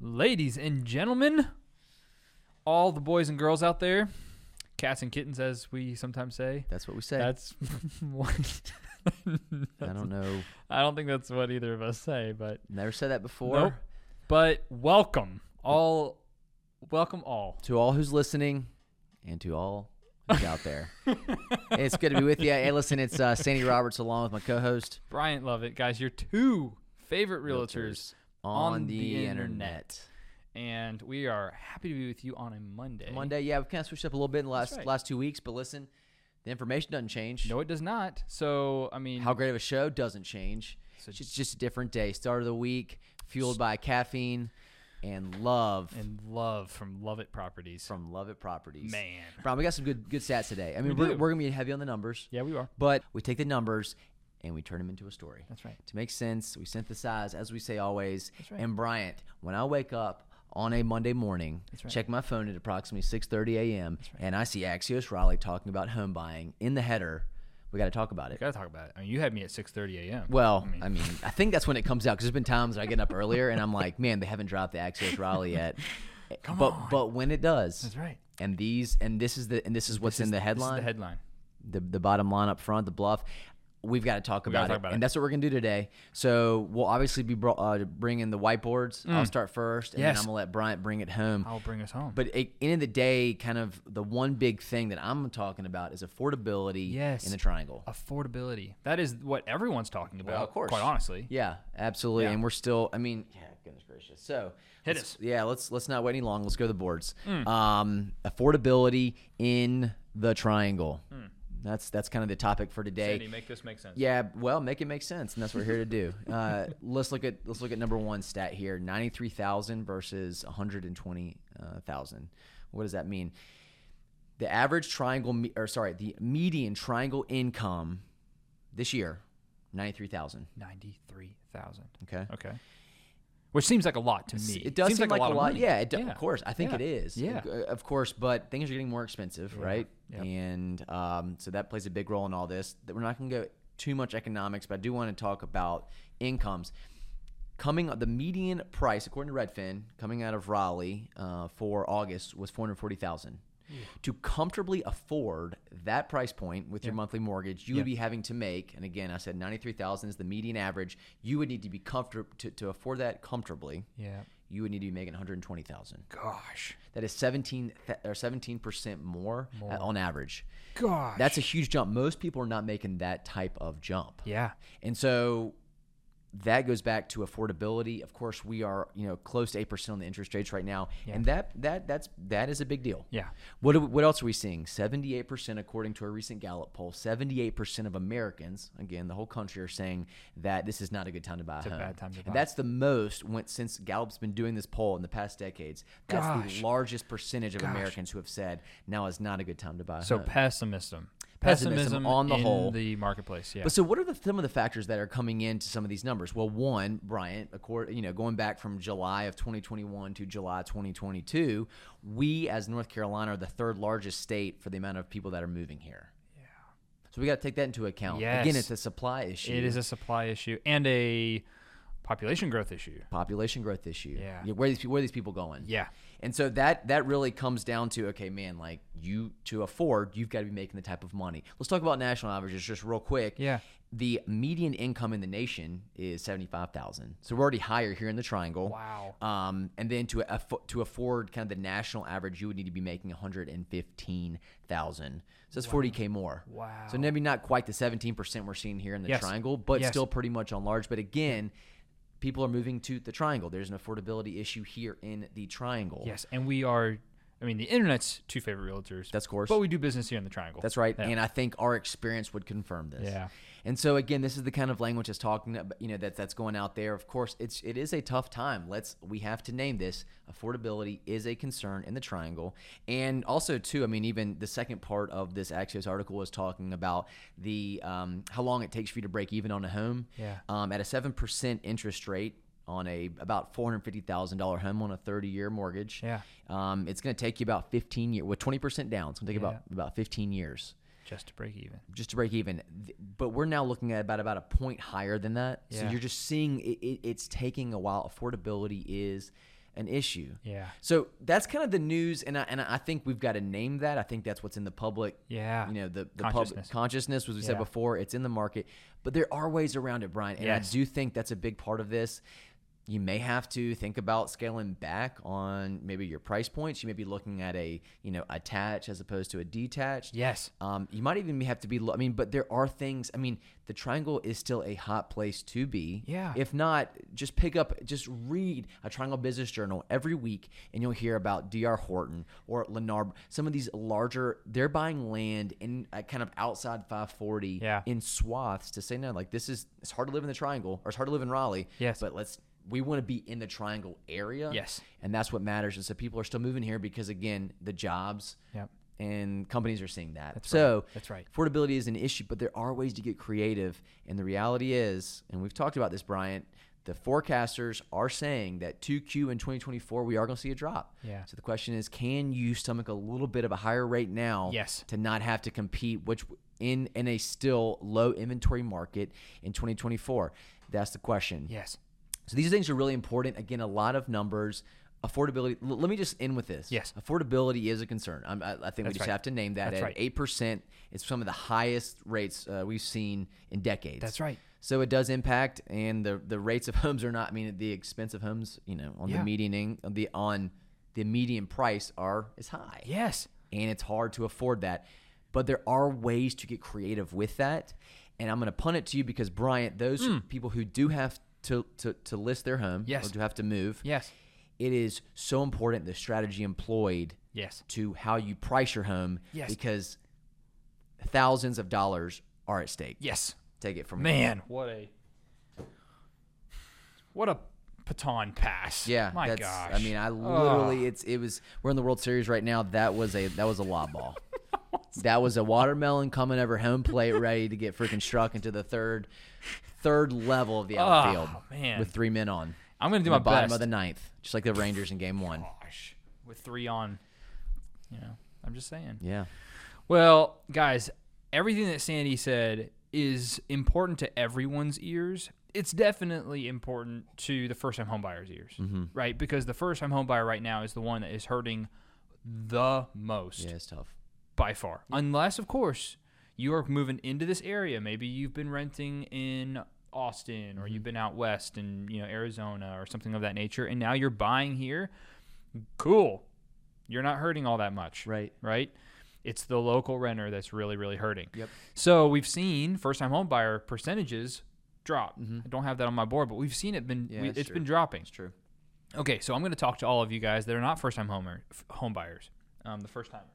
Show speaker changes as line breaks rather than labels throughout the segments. Ladies and gentlemen, all the boys and girls out there, cats and kittens, as we sometimes say.
That's what we say.
That's what.
I don't know.
I don't think that's what either of us say, but
Never said that before.
Nope. but welcome all, welcome all.
To all who's listening, and to all who's out there, it's good to be with you. Hey, listen, it's uh, Sandy Roberts along with my co-host
Bryant Lovett, guys, your two favorite realtors,
on,
on
the,
the
internet.
and we are happy to be with you on a Monday.
Monday, yeah, we kind of switched up a little bit in the last
right.
last two weeks, but listen, the information doesn't change.
No, it does not. So I mean,
How great of a show doesn't change.
So-
it's just a different day. Start of the week, fueled by caffeine and love
and love from Lovett Properties,
from Love It Properties.
man.
Brian, we got some good good stats today. I mean,
We
we are
do.
we're gonna be heavy on the numbers,
Yeah, we are.
but we take the numbers and we turn them into a story.
That's right.
to make sense. We synthesize, as we say always.
right.
And Bryant, when I wake up on a Monday morning,
That's right.
check my phone at approximately 6:30 a.m. and I see Axios Raleigh talking about home buying in the header. We got to talk about it.
Gotta talk about it. I mean, you had me at 6:30 a.m.
Well, I mean, I think that's when it comes out because there's been times that I get up earlier and I'm like, man, they haven't dropped the Axios Raleigh yet. but but when it does,
that's right.
and these and this is the and this is what's in the
This is
headline
the headline.
the, the bottom line up front, the bluff. We've got to talk about,
gotta talk
it.
about it.
and that's what we're gonna do today. So we'll obviously be brought, uh, bringing the whiteboards. I'll start first, and
Mm. Yes.
then I'm gonna let Bryant bring it home.
I'll bring us home.
But at the end of the day, kind of the one big thing that I'm talking about is affordability
Yes.
in the triangle.
affordability. That is what everyone's talking about.
of course.
Quite honestly.
Yeah, absolutely.
Yeah.
And we're still. I mean, yeah, goodness gracious. So
Hit
let's-
us. Mm.
Yeah, let's let's not wait any long. Let's go to the boards. Um, affordability in the triangle.
Mm.
That's that's kind of the topic for today.
Andy, make this make sense.
Yeah, well, make it make sense, and that's what we're here to do. Uh, let's look at let's look at number one stat here: ninety three thousand versus one hundred and twenty uh, thousand. What does that mean? The average triangle, me- or sorry, the median triangle income this year, ninety three thousand.
Ninety-three thousand.
Okay.
Okay. Which seems like a lot to me.
It does
seems
seem like, a lot.
of money.
yeah, it do, of course. I think
Yeah.
it is.
Yeah.
Uh, of course. But things are getting more expensive, right?
Yep.
And um, so that plays a big role in all this. That We're not going to go too much economics, but I do want to talk about incomes. Coming the median price, according to Redfin, coming out of Raleigh uh, for August was four hundred forty thousand. To comfortably afford that price point with your monthly mortgage, you would be having to make, and again, I said ninety three thousand is the median average. You would need to be comfortable to, to afford that comfortably
Yeah.
you would need to be making 120,000.
Gosh.
That is 17 th- or 17% more, uh, on average.
Gosh.
That's a huge jump. Most people are not making that type of jump.
yeah.
And so that goes back to affordability. Of course, we are, you know, close to 8% on the interest rates right now. And that that that's that is a big deal.
Yeah.
What, do we- what else are we seeing? 78%, according to a recent Gallup poll, 78% of Americans, again, the whole country, are saying that this is not a good time to buy a home.
bad time to buy.
And that's the most when, since Gallup's been doing this poll in the past decades. That's
Gosh.
the largest percentage of Americans who have said now is not a good time to buy a
So
home.
pessimism.
uh, Pessimism on the
in
whole.
the marketplace. Yeah.
But so, what are the, some of the factors that are coming into some of these numbers? Well, one, Bryant, accord, you know, going back from July of 2021 to July 2022, we as North Carolina are the third largest state for the amount of people that are moving here. Yeah. So we got to take that into account. Again,
Yes.
it's a supply issue.
it is a supply issue and a population growth issue.
population growth issue.
Yeah.
where are these where are these people going?
Yeah.
And so that that really comes down to okay, man, like you to afford, you've got to be making the type of money. Let's talk about national averages just real quick.
Yeah.
The median income in the nation is seventy five thousand, so we're already higher here in the triangle.
Wow.
Um, and then to affo- to afford kind of the national average, you would need to be making one hundred and fifteen thousand. So that's forty k more.
Wow.
So maybe not quite the seventeen percent we're seeing here in the
Yes.
triangle, but
Yes.
still pretty much on large. But again, people are moving to the triangle. There's an affordability issue here in the triangle.
Yes. And we are. I mean, the internet's two favorite realtors.
That's course.
But we do business here in the Triangle.
That's right.
Yeah.
And I think our experience would confirm this.
Yeah.
And so again, this is the kind of language that's talking about, you know, that that's going out there. Of course, it's it is a tough time. Let's we have to name this. Affordability is a concern in the triangle. And also too, I mean, even the second part of this Axios article was talking about the um, how long it takes for you to break even on a home.
Yeah.
Um, at a seven percent interest rate on a about four hundred fifty thousand dollar home on a thirty year mortgage.
Yeah.
Um, it's going to take you about 15 years with 20% down. It's going to take about about 15 years
just to break even.
just to break even. Th- But we're now looking at about about a point higher than that. So
Yeah.
you're just seeing it, it, it's taking a while. Affordability is an issue.
Yeah.
So that's kind of the news, and I, and I think we've got to name that. I think that's what's in the public,
Yeah.
you know, the, the
Consciousness.
public consciousness, as we said
Yeah.
before, it's in the market. But there are ways around it, Brian, and
Yes.
I do think that's a big part of this. You may have to think about scaling back on maybe your price points. You may be looking at a you know attached as opposed to a detached.
Yes.
Um, you might even have to be. lo- I mean, but there are things. I mean, the triangle is still a hot place to be.
Yeah.
If not, just pick up, just read a Triangle Business Journal every week, and you'll hear about D.R. Horton or Lennar. Some of these larger, they're buying land in uh, kind of outside 540
Yeah.
in swaths to say no, like this is it's hard to live in the triangle or it's hard to live in Raleigh.
Yes.
But let's. We want to be in the triangle area.
Yes.
And that's what matters. And so people are still moving here because, again, the jobs
Yep.
and companies are seeing that.
That's
so
right. That's right.
Affordability is an issue, but there are ways to get creative. And the reality is, and we've talked about this, Bryant. The forecasters are saying that 2Q in 2024 we are going to see a drop.
Yeah.
So the question is, can you stomach a little bit of a higher rate now?
Yes.
To not have to compete, which in in a still low inventory market in 2024, that's the question.
Yes.
So these things are really important. Again, a lot of numbers. Affordability. L- let me just end with this.
Yes.
affordability is a concern. I'm, I, I think we
That's
just
right.
have to name that.
That's right.
at Eight percent, it's some of the highest rates uh, we've seen in decades.
That's right.
So it does impact, and the the rates of homes are not. I mean, the expense of homes, you know, on
Yeah.
the median, in- on the on the median price are is high
Yes.
and it's hard to afford that. But there are ways to get creative with that. And I'm going to punt it to you because Bryant, those people who do have to, to, to list their home
Hmm. Yes.
or do have to move,
Yes.
it is so important the strategy employed
Yes.
to how you price your home
Yes.
because thousands of dollars are at stake.
Yes.
Take it from me.
Man, what a what a baton pass.
Yeah,
My
that's,
gosh.
I mean, I literally, it's it was. We're in the World Series right now. That was a that was a lob ball. that was a watermelon coming over home plate, ready to get freaking struck into the third third level of the outfield
Oh, Ah, man.
with three men on.
I'm gonna do
the
my
bottom
best. Oh.
of the ninth, just like the Rangers in Game One.
gosh. With three on. You know, I'm just saying.
Yeah,
Well, guys, everything that Sandy said is important to everyone's ears. It's definitely important to the first time homebuyer's ears, right? Because the first time homebuyer right now is the one that is hurting the most
yeah, it's tough.
by far. Unless, of course, you are moving into this area. Maybe you've been renting in Austin or you've been out west in you know Arizona or something of that nature, and now you're buying here. Cool. You're not hurting all that much
Right.
right? It's the local renter that's really, really hurting.
Yep.
So we've seen first-time home buyer percentages drop. I don't have that on my board, but we've seen it been
Mm-hmm. Yeah,
we,
that's
it's
true.
been dropping.
It's true.
Okay, so I'm going to talk to all of you guys that are not first-time homer f- home buyers, um, the first-timers.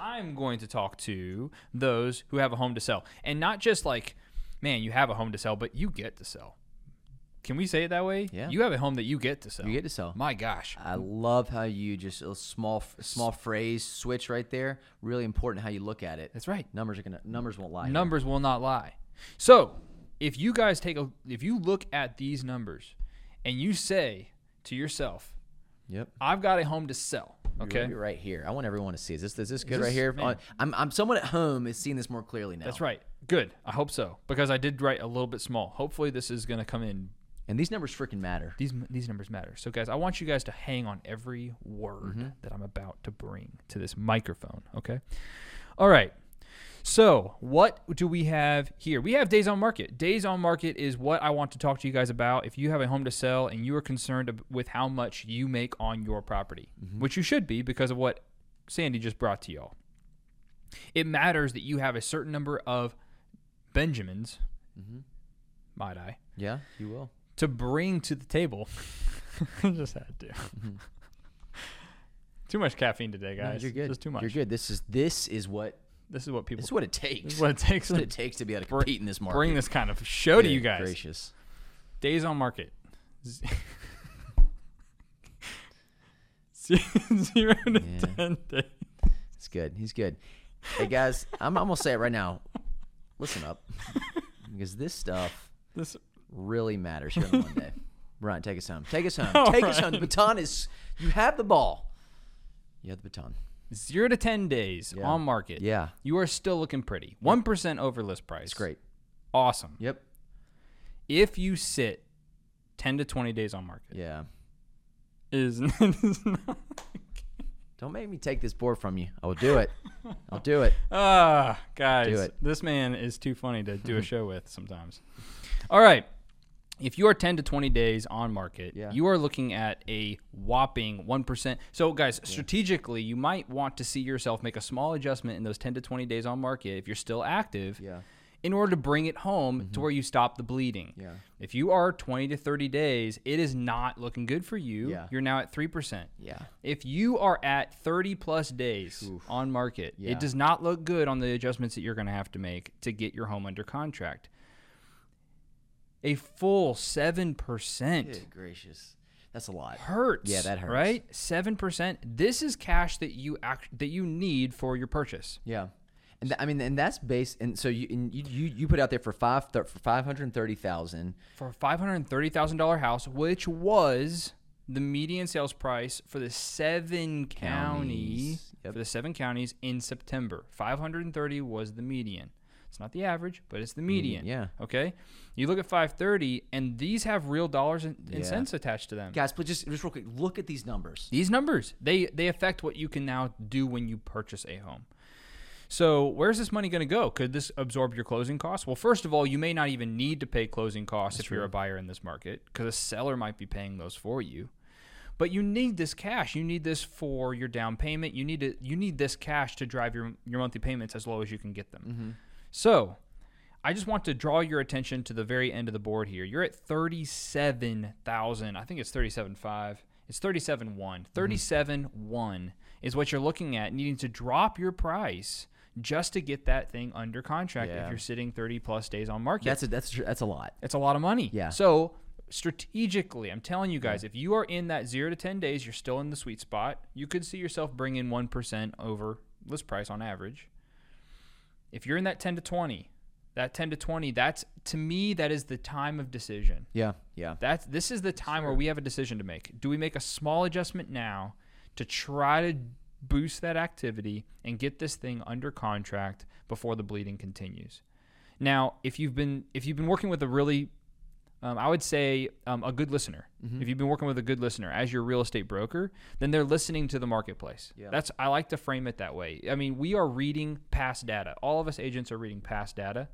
I'm going to talk to those who have a home to sell, and not just like, man, you have a home to sell, but you get to sell. Can we say it that way?
Yeah.
You have a home that you get to sell.
You get to sell.
My gosh.
I love how you just a small small phrase switch right there. Really important how you look at it.
That's right.
Numbers are gonna numbers won't lie. here.
numbers will not lie. So, if you guys take a if you look at these numbers and you say to yourself,
Yep.
I've got a home to sell,
Okay.
okay?
right here. I want everyone to see. Is this is this good
this-
right here? Oh,
man.
I'm, I'm someone at home is seeing this more clearly now.
That's right. Good. I hope so because I did write a little bit small. Hopefully this is going to come in
And these numbers freaking matter.
these these numbers matter. So guys, I want you guys to hang on every word that I'm about to bring to this microphone, okay? All right. So, what do we have here? We have days on market. Days on market is what I want to talk to you guys about. If you have a home to sell and you are concerned ab- with how much you make on your property, which you should be because of what Sandy just brought to y'all, it matters that you have a certain number of Benjamins, might I,
Yeah, you will.
to bring to the table. Mm-hmm. I just had to. too much caffeine today, guys.
you're good.
Just too much.
You're good. This is this is what
This is what people.
this is what it
This
takes.
is what it takes
This is what
to
it takes to be able to
Bring-
compete in this market.
bring this kind of show to
Good
you guys.
Gracious.
Days on market. Z- Zero to
Yeah.
ten days.
It's good. He's good. Hey guys, I'm, I'm gonna say it right now. Listen up, because this stuff
This
really matters here on Monday. Ryan, take us home. Take us home.
All
take us
right.
home. The baton is. You have the ball. You have the baton.
zero to ten days
Yeah.
on market.
Yeah.
You are still looking pretty. One percent over list price.
It's great.
Awesome.
Yep.
If you sit ten to twenty days on market,
Yeah.
is, is not.
Don't make me take this board from you. I will do it. I'll do it.
Ah, guys,
Do it.
this man is too funny to do a show with sometimes. All right. If you are 10 to 20 days on market,
Yeah.
you are looking at a whopping 1%. So, guys, strategically, you might want to see yourself make a small adjustment in those 10 to 20 days on market if you're still active
Yeah. Mm-hmm.
in order to bring it home to where you stop the bleeding.
Yeah.
If you are 20 to 30 days, it is not looking good for you.
Yeah.
You're now at 3%.
Yeah.
If you are at 30 plus days on market,
Yeah.
it does not look good on the adjustments that you're going to have to make to get your home under contract. A full 7%
Good gracious. That's a lot.
hurts.
Yeah, that hurts.
Right? 7%. This is cash that you act, that you need for your purchase.
Yeah. And tha- I mean, and that's based, and so you and you, you, you put out there for five thir- for five hundred thirty thousand.
For a $530,000 house, which was the median sales price for the seven counties,
Counties. Yep.
for the seven counties in September. 530 was the median. It's not the average, but it's the median.
Mm, yeah.
Okay. You look at 530, and these have real dollars and, and
Yeah.
cents attached to them.
Guys, please just just real quick, look at these numbers.
These numbers, they they affect what you can now do when you purchase a home. So, where's this money going to go? Could this absorb your closing costs? Well, first of all, you may not even need to pay closing costs if you're a buyer in this market because a seller might be paying those for you. But you need this cash. You need this for your down payment. You need to, you need this cash to drive your your monthly payments as low as you can get them. So, I just want to draw your attention to the very end of the board here. You're at 37,000. I think it's 37.5. It's 37.1. 37.1 is what you're looking at, needing to drop your price just to get that thing under contract if
Yeah.
you're sitting 30 plus days on market.
That's a, that's tr- that's a lot.
It's a lot of money.
Yeah.
So strategically, I'm telling you guys, if you are in that zero to ten days, you're still in the sweet spot. You could see yourself bring in one percent over list price on average. If you're in that ten to twenty, that ten to twenty, that's to me that is the time of decision.
Yeah, yeah,
That's this is the time where we have a decision to make. Do we make a small adjustment now to try to boost that activity and get this thing under contract before the bleeding continues? Now, if you've been if you've been working with a really um, I would say um, a good listener. If you've been working with a good listener as your real estate broker, then they're listening to the marketplace.
Yeah.
That's I like to frame it that way. I mean, we are reading past data. All of us agents are reading past data.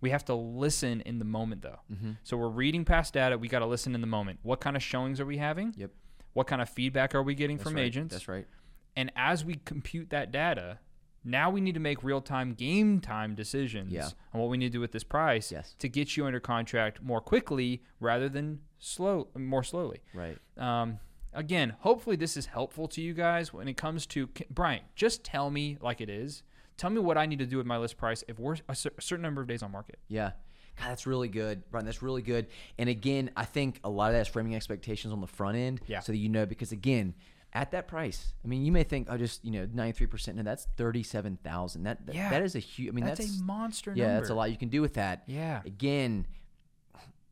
We have to listen in the moment, though.
Mm-hmm.
So we're reading past data. We got to listen in the moment. What kind of showings are we having?
Yep.
What kind of feedback are we getting
That's
from
right.
agents?
That's right.
And as we compute that data, now we need to make real time game time decisions
Yeah.
on what we need to do with this price
Yes.
to get you under contract more quickly rather than slow more slowly.
Right.
Um, again, hopefully this is helpful to you guys when it comes to c- Brian. Just tell me like it is. Tell me what I need to do with my list price if we're a cer- certain number of days on market.
Yeah. God, that's really good, Brian. That's really good. And again, I think a lot of that is framing expectations on the front end,
Yeah.
so that you know. Because again, at that price, I mean, you may think, oh, just you know, ninety three percent. No, that's thirty seven thousand. That, that
Yeah.
that is a huge. I mean,
That's,
that's
a monster
yeah,
number.
that's a lot you can do with that.
Yeah.
Again,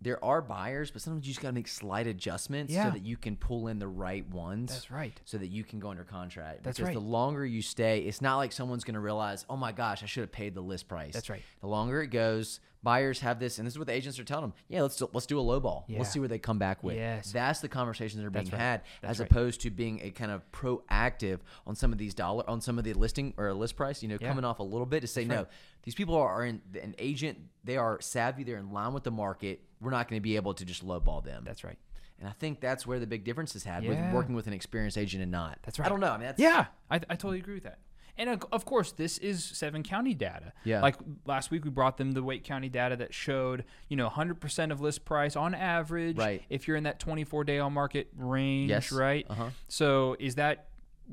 there are buyers, but sometimes you just got to make slight adjustments
Yeah.
so that you can pull in the right ones.
That's right.
So that you can go under contract.
That's
because
right.
The longer you stay, it's not like someone's going to realize, oh my gosh, I should have paid the list price.
That's right.
The longer it goes, buyers have this, and this is what the agents are telling them. Yeah, let's do, let's do a low ball.
Yeah.
Let's see where they come back with.
Yes.
That's the conversations that are being
right.
had, as opposed to being a kind of proactive on some of these dollar on some of the listing or list price. You know,
Yeah.
coming off a little bit to say no. These people are, are in, an agent. They are savvy. They're in line with the market. We're not going to be able to just lowball them.
That's right.
and I think that's where the big difference is had
Yeah.
with working with an experienced agent and not.
That's right.
I don't know. I mean, that's,
Yeah, I, I totally agree with that. And uh, of- of course, this is seven county data.
Yeah.
Like last week, we brought them the Wake County data that showed, you know, 100% of list price on average.
Right.
If you're in that 24 day on market range,
Yes.
right?
Uh-huh.
So is that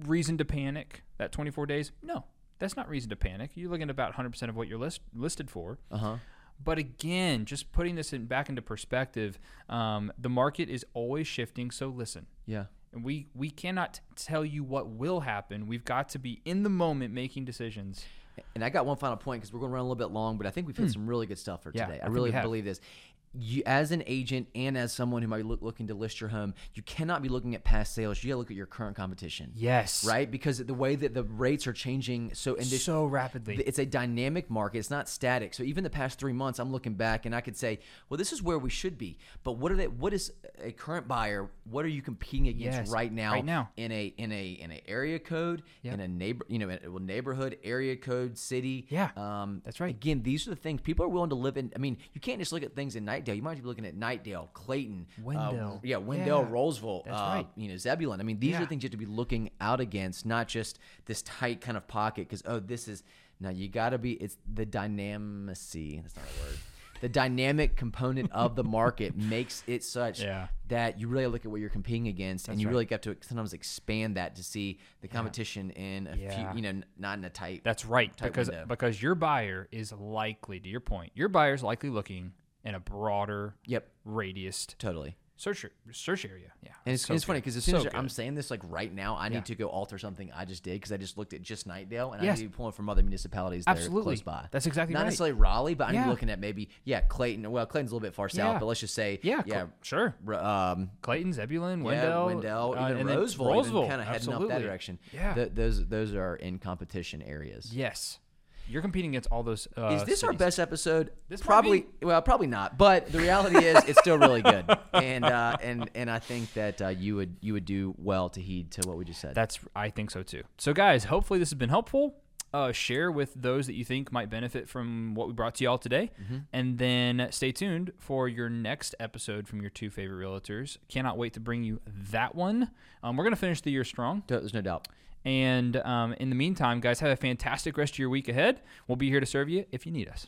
reason to panic, that 24 days? No, that's not reason to panic. You're looking at about 100% of what you're list, listed for.
Uh huh.
But again, just putting this in, back into perspective, um, the market is always shifting. So listen.
Yeah.
And we we cannot tell you what will happen. We've got to be in the moment making decisions.
And I got one final point because we're going to run a little bit long, but I think we've hit some really good stuff for
Hmm. Yeah,
today.
I
I,
think
really
we have.
believe this. you, as an agent and as someone who might be look, looking to list your home, you cannot be looking at past sales. You got to look at your current competition.
Yes.
Right? Because the way that the rates are changing, so and this,
So rapidly.
it's a dynamic market. It's not static. So even the past three months, I'm looking back and I could say, well, this is where we should be. But what are they? What is a current buyer? What are you competing against
Yes,
right now?
right now.
in a in a in a area code,
Yeah.
in a neighbor, you know, in a well, neighborhood, area code, city.
Yeah,
um,
that's right.
Again, these are the things people are willing to live in. I mean, you can't just look at things in Nightdale. You might be looking at Nightdale, Clayton, uh,
Wendell.
yeah, Wendell,
Yeah,
Roseville.
that's
uh,
right.
you know Zebulon. I mean, these
Yeah.
are things you have to be looking out against, not just this tight kind of pocket. Because oh, this is now you got to be. It's the dynamicy. That's not a word. The dynamic component of the market makes it such
Yeah.
that you really look at what you're competing against, and you
right.
really got to sometimes expand that to see the competition in a
Yeah.
few, you know, n- not in a tight.
That's right.
Tight
Because
window.
because your buyer is likely, to your point, your buyer is likely looking in a broader
yep,
radius
totally.
search search area. Yeah.
And it's,
so
it's funny
good.
because as soon
So
as I'm
good.
saying this, like right now, I need
Yeah.
to go alter something I just did because I just looked at just Nightdale and
Yes.
I need to be pulling from other municipalities
Absolutely.
that are close by.
That's exactly
not
right.
necessarily Raleigh, but I'm
Yeah.
looking at maybe yeah Clayton. Well, Clayton's a little bit far south,
Yeah.
but let's just say
yeah,
yeah,
Cl- sure.
r- um,
Clayton, Zebulon,
Wendell,
Wendell,
yeah, Wendell,
uh,
even
and then
Roseville,
Roseville,
kind of heading
absolutely.
up that direction.
Yeah.
Th- those those are in competition areas.
yes. You're competing against all those. Uh,
Is this our
cities.
best episode?
This might
probably well, probably not. But the reality is, it's still really good, and uh, and and I think that uh, you would you would do well to heed to what we just said.
That's I think so too. So guys, hopefully this has been helpful. Uh, share with those that you think might benefit from what we brought to y'all today, and then stay tuned for your next episode from your two favorite realtors. Cannot wait to bring you that one. Um, we're gonna finish the year strong,
There's no doubt.
and um, in the meantime, guys, have a fantastic rest of your week ahead. We'll be here to serve you if you need us.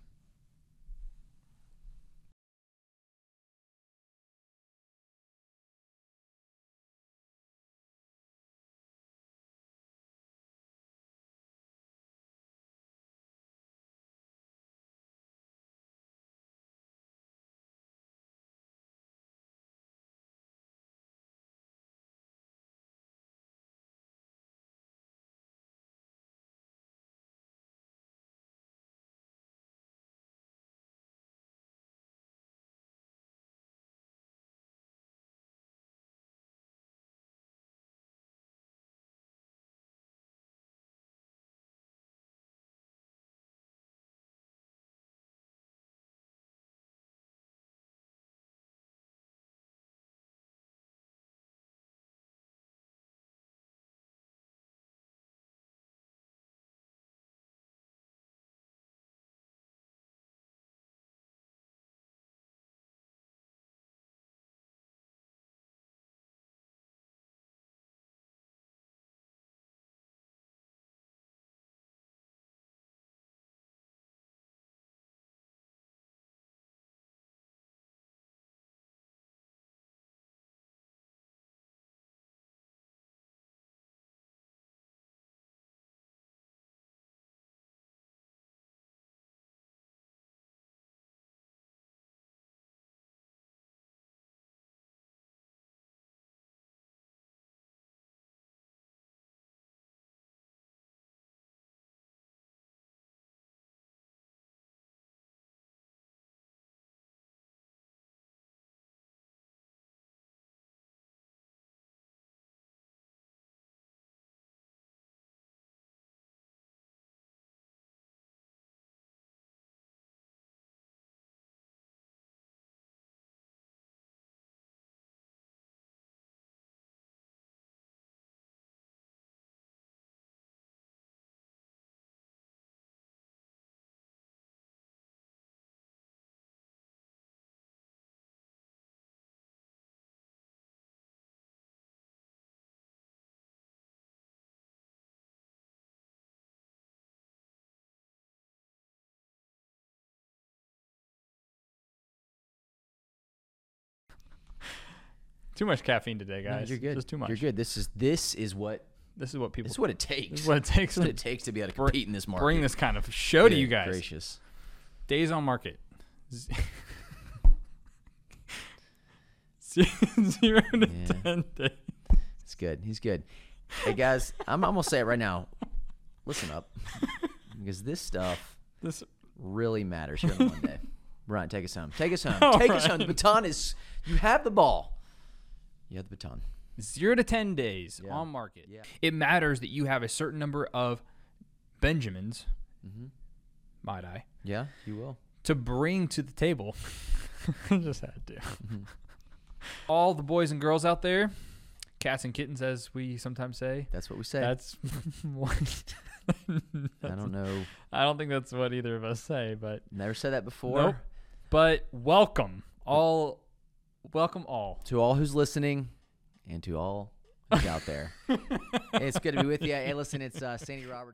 Too much caffeine today,
No,
guys.
you're
This
good.
is too much.
You're good. This is this is what
This is what people.
this is what it takes.
This is what it takes
This is what
to
it takes to be able to
bring-
compete in this market.
bring this kind of show to you
Good
guys.
Gracious.
Days on market. Z- Zero to
Yeah.
ten days.
It's good. He's good. Hey guys, I'm, I'm gonna say it right now. Listen up, because this stuff
This
really matters here on Monday. Brian, take us home. Take us home.
All
take us home. The
right.
baton is. You have the ball. You have the baton.
Zero to 10 days on market.
Yeah.
It matters that you have a certain number of Benjamins,
Mm-hmm.
might I,
Yeah, you will.
to bring to the table. I just had to.
Mm-hmm.
All the boys and girls out there, cats and kittens, as we sometimes say.
That's what we say.
That's what.
I don't know.
I don't think that's what either of us say, but
Never said that before.
nope. But welcome all, welcome all.
To all who's listening, and to all who's out there, it's good to be with you. Hey, listen, it's uh, Sandy Roberts.